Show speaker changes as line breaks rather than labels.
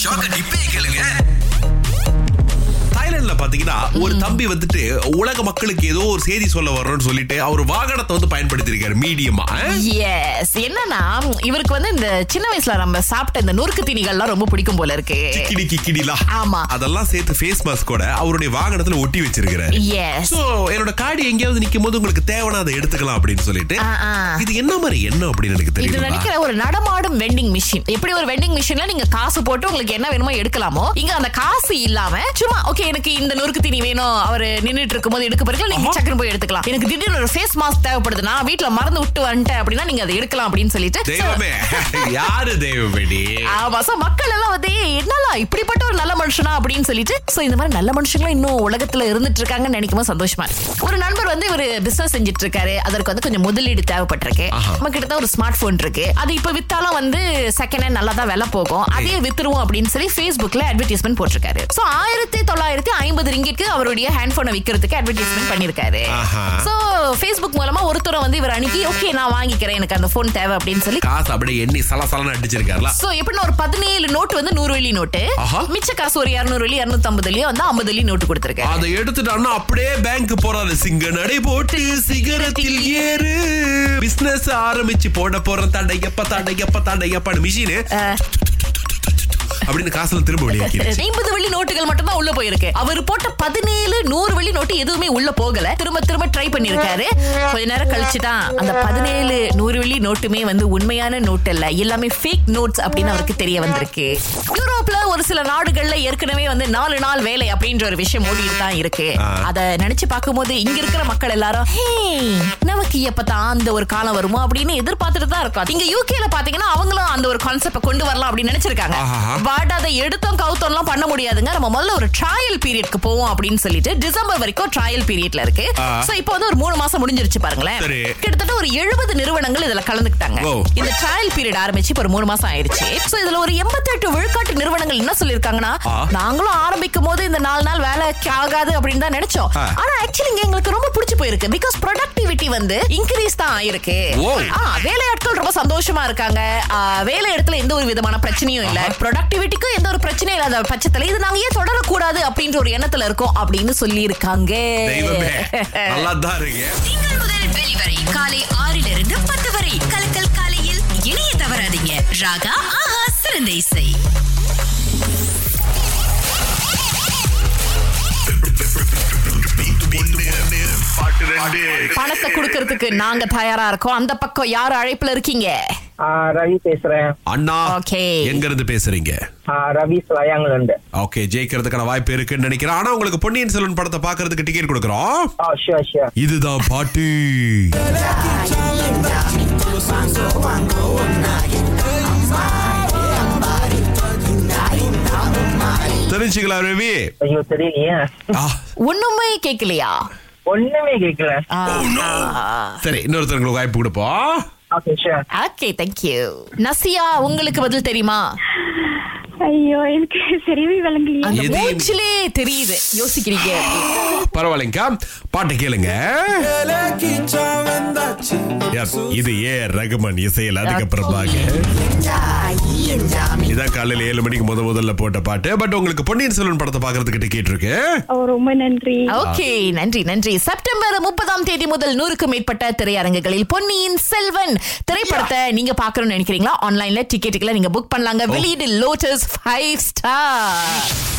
ஷாக்க டிப்பே கேளுங்க
தாய்லாந்துல பாத்தீங்கன்னா ஒரு தம்பி வந்துட்டு உலக மக்களுக்கு ஏதோ ஒரு செய்தி சொல்ல வர்றோம்னு சொல்லிட்டு அவர் வாகனத்தை வந்து பயன்படுத்தி இருக்காரு மீடியமா
எஸ் என்னன்னா இவருக்கு வந்து இந்த சின்ன வயசுல நம்ம சாப்பிட்ட இந்த நொறுக்கு தீனிகள்லாம் ரொம்ப பிடிக்கும் போல இருக்கு
கிடி கிக்கிடிலா
ஆமா.
அதெல்லாம் சேர்த்து ஃபேஸ் மாஸ்கோட அவருடைய வாகனத்துல ஒட்டி வச்சிருக்காரு
எஸ்
சோ என்னோட காடி எங்கேயாவது நிக்கும் போது உங்களுக்கு தேவைன்னா அதை எடுத்துக்கலாம் அப்படின்னு சொல்லிட்டு
ஆ, ஆ.
இது என்ன மாதிரி என்ன அப்படின்னு எனக்கு
இது
தெரியல
நினைக்கிற ஒரு நடமாடும் வெண்டிங் மிஷின் எப்படி ஒரு வெண்டிங் மிஷின்ல நீங்க காசு போட்டு உங்களுக்கு என்ன வேணுமோ எடுக்கலாமோ இங்க அந்த காசு இல்லாம சும்மா ஓகே எனக்கு இந்த நொறுக்கு தீனி வேணும் அவர் நின்னுட்டு இருக்கும்போது எடுக்க பிறகு நீங்க
ஆஹா.
சக்கரம் போய் எடுத்துக்கலாம் எனக்கு திடீர்னு ஒரு ஃபேஸ் மாஸ்க் தேவைப்படுதுன்னா வீட்ல மறந்து விட்டு வந்துட்டேன் அப்படின்னா நீங்க அதை எடுக்கலாம் அப்படின்னு சொல்லிட்டு
தெய்வமே யாரு தெய்வமேடி
ஆமா சோ மக்கள் எல்லாம் வந்து "ஏய், என்னடா இப்படிப்பட்ட ஒரு நல்ல மனுஷனா அப்படின்னு சொல்லிட்டு சோ இந்த மாதிரி நல்ல மனுஷங்களும் இன்னும் உலகத்துல இருந்துட்டு இருக்காங்கன்னு நினைக்கும் போது சந்தோஷமா இருக்கு ஒரு நண்பர் வந்து ஒரு பிசினஸ் செஞ்சுட்டு இருக்காரு அதற்கு வந்து கொஞ்சம் முதலீடு தேவைப்பட்டிருக்கு
ஆஹா.
நம்ம கிட்ட தான் ஒரு ஸ்மார்ட் போன் இருக்கு அது இப்ப வித்தாலும் வந்து செகண்ட் ஹேண்ட் நல்லா தான் விலை போகும் அதே வித்துருவோம் அப்படின்னு சொல்லி Facebookல அட்வர்டைஸ்மெண்ட் போட்டிருக்காரு சோ ஆயிரத்தி தொள்ளாயிரத்தி ஐம்பது ரிங்கிற்கு அவருடைய ஹேண்ட் போனை விக்கிறதுக்கு அட்வர்டைஸ்மெண்ட் பண்ணிருக்காரு
ஆஹா.
சோ ஃபேஸ்புக் மூலமா ஒருத்தரை வந்து இவர் அணுகி ஓகே நான் வாங்கிக்கிறேன் எனக்கு அந்த போன் தேவை அப்படின்னு சொல்லி
காசு அப்படியே எண்ணி சலசலன்னு அடிச்சிருக்காருல
சோ எப்படின்னா ஒரு பதினேழு நோட்டு வந்து நூறு வெள்ளி நோட்டு
ஆஹா.
மிச்ச காசு ஒரு இருநூறு வெள்ளி இருநூத்தி ஐம்பது வெள்ளி வந்து ஐம்பது வெள்ளி நோட்டு கொடுத்துருக்கேன்
அதை எடுத்துட்டான்னா அப்படியே பேங்க் போறாரு சிங்க நடை போட்டு சிகரத்தில் ஏறு பிசினஸ் ஆரம்பிச்சு போட போற தடையப்ப தடையப்ப தடையப்பான்னு மிஷின் அப்படின்னு காசுல திரும்ப வெளியாக்கி
ஐம்பது வெள்ளி நோட்டுகள் மட்டும் தான் உள்ள போயிருக்கு அவர் போட்ட பதினேழு நூறு வெள்ளி நோட்டு எதுவுமே உள்ள போகல திரும்ப திரும்ப ட்ரை பண்ணிருக்காரு கொஞ்ச நேரம் கழிச்சு தான் அந்த பதினேழு நூறு வெள்ளி நோட்டுமே வந்து உண்மையான நோட் இல்ல எல்லாமே ஃபேக் நோட்ஸ் அப்படின்னு அவருக்கு தெரிய வந்திருக்கு யூரோப்ல ஒரு சில நாடுகள்ல ஏற்கனவே வந்து நாலு நாள் வேலை அப்படின்ற ஒரு விஷயம் ஓடிட்டு தான் இருக்கு
ஆ.
அத நினைச்சு பார்க்கும்போது இங்க இருக்கிற மக்கள் எல்லாரும் "ஹே, நமக்கு எப்பதான் அந்த ஒரு காலம் வருமோ அப்படின்னு எதிர்பார்த்துட்டு தான் இருக்கும் இங்க யூகேல பாத்தீங்கன்னா அவங்களும் அந்த ஒரு கான்செப்ட கொண்டு வரலாம் அப்படின்னு நினைச்சிருக்காங்க
ஆஹா.
பட் அதை எடுத்தோம் கவுத்தோம்லாம் பண்ண முடியாதுங்க நம்ம முதல்ல ஒரு ட்ரையல் பீரியட்க்கு போவோம் அப்படின்னு சொல்லிட்டு டிசம்பர் வரைக்கும் ட்ரையல் பீரியட்ல இருக்கு
ஆ.
சோ இப்போ வந்து ஒரு மூணு மாசம் முடிஞ்சிருச்சு பாருங்களேன்
சரி.
கிட்டத்தட்ட ஒரு எழுபது நிறுவனங்கள் இதுல கலந்துக்கிட்டாங்க
Wow.
இந்த ட்ரையல் பீரியட் ஆரம்பிச்சு இப்போ ஒரு மூணு மாசம் ஆயிருச்சு சோ இதுல ஒரு எண்பத்தெட்டு விழுக்காட்டு நிறுவனங்கள் என்ன சொல்லிருக்காங்கன்னா
ஆ.
நாங்களும் ஆரம்பிக்கும் போது இந்த நாலு நாள் வேலை ஆகாது அப்படின்னு தான் நினைச்சோம்
ஆ.
ஆனா ஆக்சுவலி இங்க எங்களுக்கு ரொம்ப பிடிச்சு போயிருக்கு பிகாஸ் ப்ரொடக்டிவிட்டி வந்து இன்க்ரீஸ் தான் ஆயிருக்கு
ஓ.
ஆ, வேலையாட்கள் ரொம்ப சந்தோஷமா இருக்காங்க ஆ, வேலை இடத்துல எந்த ஒரு விதமான பிரச்சனையும் இல்ல ப்ரொடக்டிவிட்டிக்கும் எந்த ஒரு பிரச்சனையும் இல்லாத பட்சத்துல இது நாங்க ஏன் தொடரக்கூடாது அப்படின்ற ஒரு எண்ணத்துல இருக்கோம் அப்படின்னு சொல்லி இருக்காங்க
தெய்வமே நல்லா தான் இருக்கு
திங்கள் முதல் வெளிவரை காலை ஆறிலிருந்து பத்து வரை கலக்கல் காலையில் இணைய தவறாதீங்க ராகா ஆஹா சிறந்த இசை
பணத்தை கொடுக்கறதுக்கு நாங்க தயாரா இருக்கோம் அந்த பக்கம் யார் அழைப்புல இருக்கீங்க
ஆ, ரவி Ah, பேசுறேன் Ah,
அண்ணா
Okay.
எங்க இருந்து பேசுறீங்க
ஆ, ரவி ஸ்லாயாங்கல இருந்து
ஓகே ஜெயிக்கிறதுக்கான வாய்ப்பு இருக்குன்னு நினைக்கிறேன் ஆனா உங்களுக்கு பொன்னியின் செல்வன் படத்தை பாக்குறதுக்கு டிக்கெட் கொடுக்குறோம்
ஆ ஷியோர் ஷியோர்
இதுதான் பாட்டு தெரிஞ்சுக்கலாம் ரவி
ஐயோ தெரியலையே
ஆ,
ஒண்ணுமே கேட்கலையா
ஒண்ணுமே கேட்கல
சரி இன்னொருத்தவங்களுக்கு வாய்ப்பு கொடுப்போம்
okay sure
okay thank you Nazia உங்களுக்கு பதில் தெரியுமா
ஐயோ எனக்கு சரியாவே விளங்கலையே
அந்த
எது?
மூச்சிலே தெரியுது யோசிக்கிறீங்க
பரவாயில்லைங்கா பாட்டை கேளுங்க Yes, இது ஏ ரகுமான் இசையில் அதுக்கப்புறமாக இதான் காலையில் ஏழு மணிக்கு முத முதல்ல போட்ட பாட்டு பட் உங்களுக்கு பொன்னியின் செல்வன் படத்தை பாக்குறதுக்கு டிக்கெட் இருக்கு
ஓ ரொம்ப நன்றி
ஓகே நன்றி நன்றி செப்டம்பர் முப்பதாம் தேதி முதல் நூறுக்கும் மேற்பட்ட திரையரங்குகளில் பொன்னியின் செல்வன் திரைப்படத்தை நீங்க பார்க்கணும்னு நினைக்கிறீங்களா ஆன்லைன்ல டிக்கெட்டுகளை நீங்க புக் பண்ணலாங்க வெளியீடு லோட்டஸ் ஃபைவ் ஸ்டார்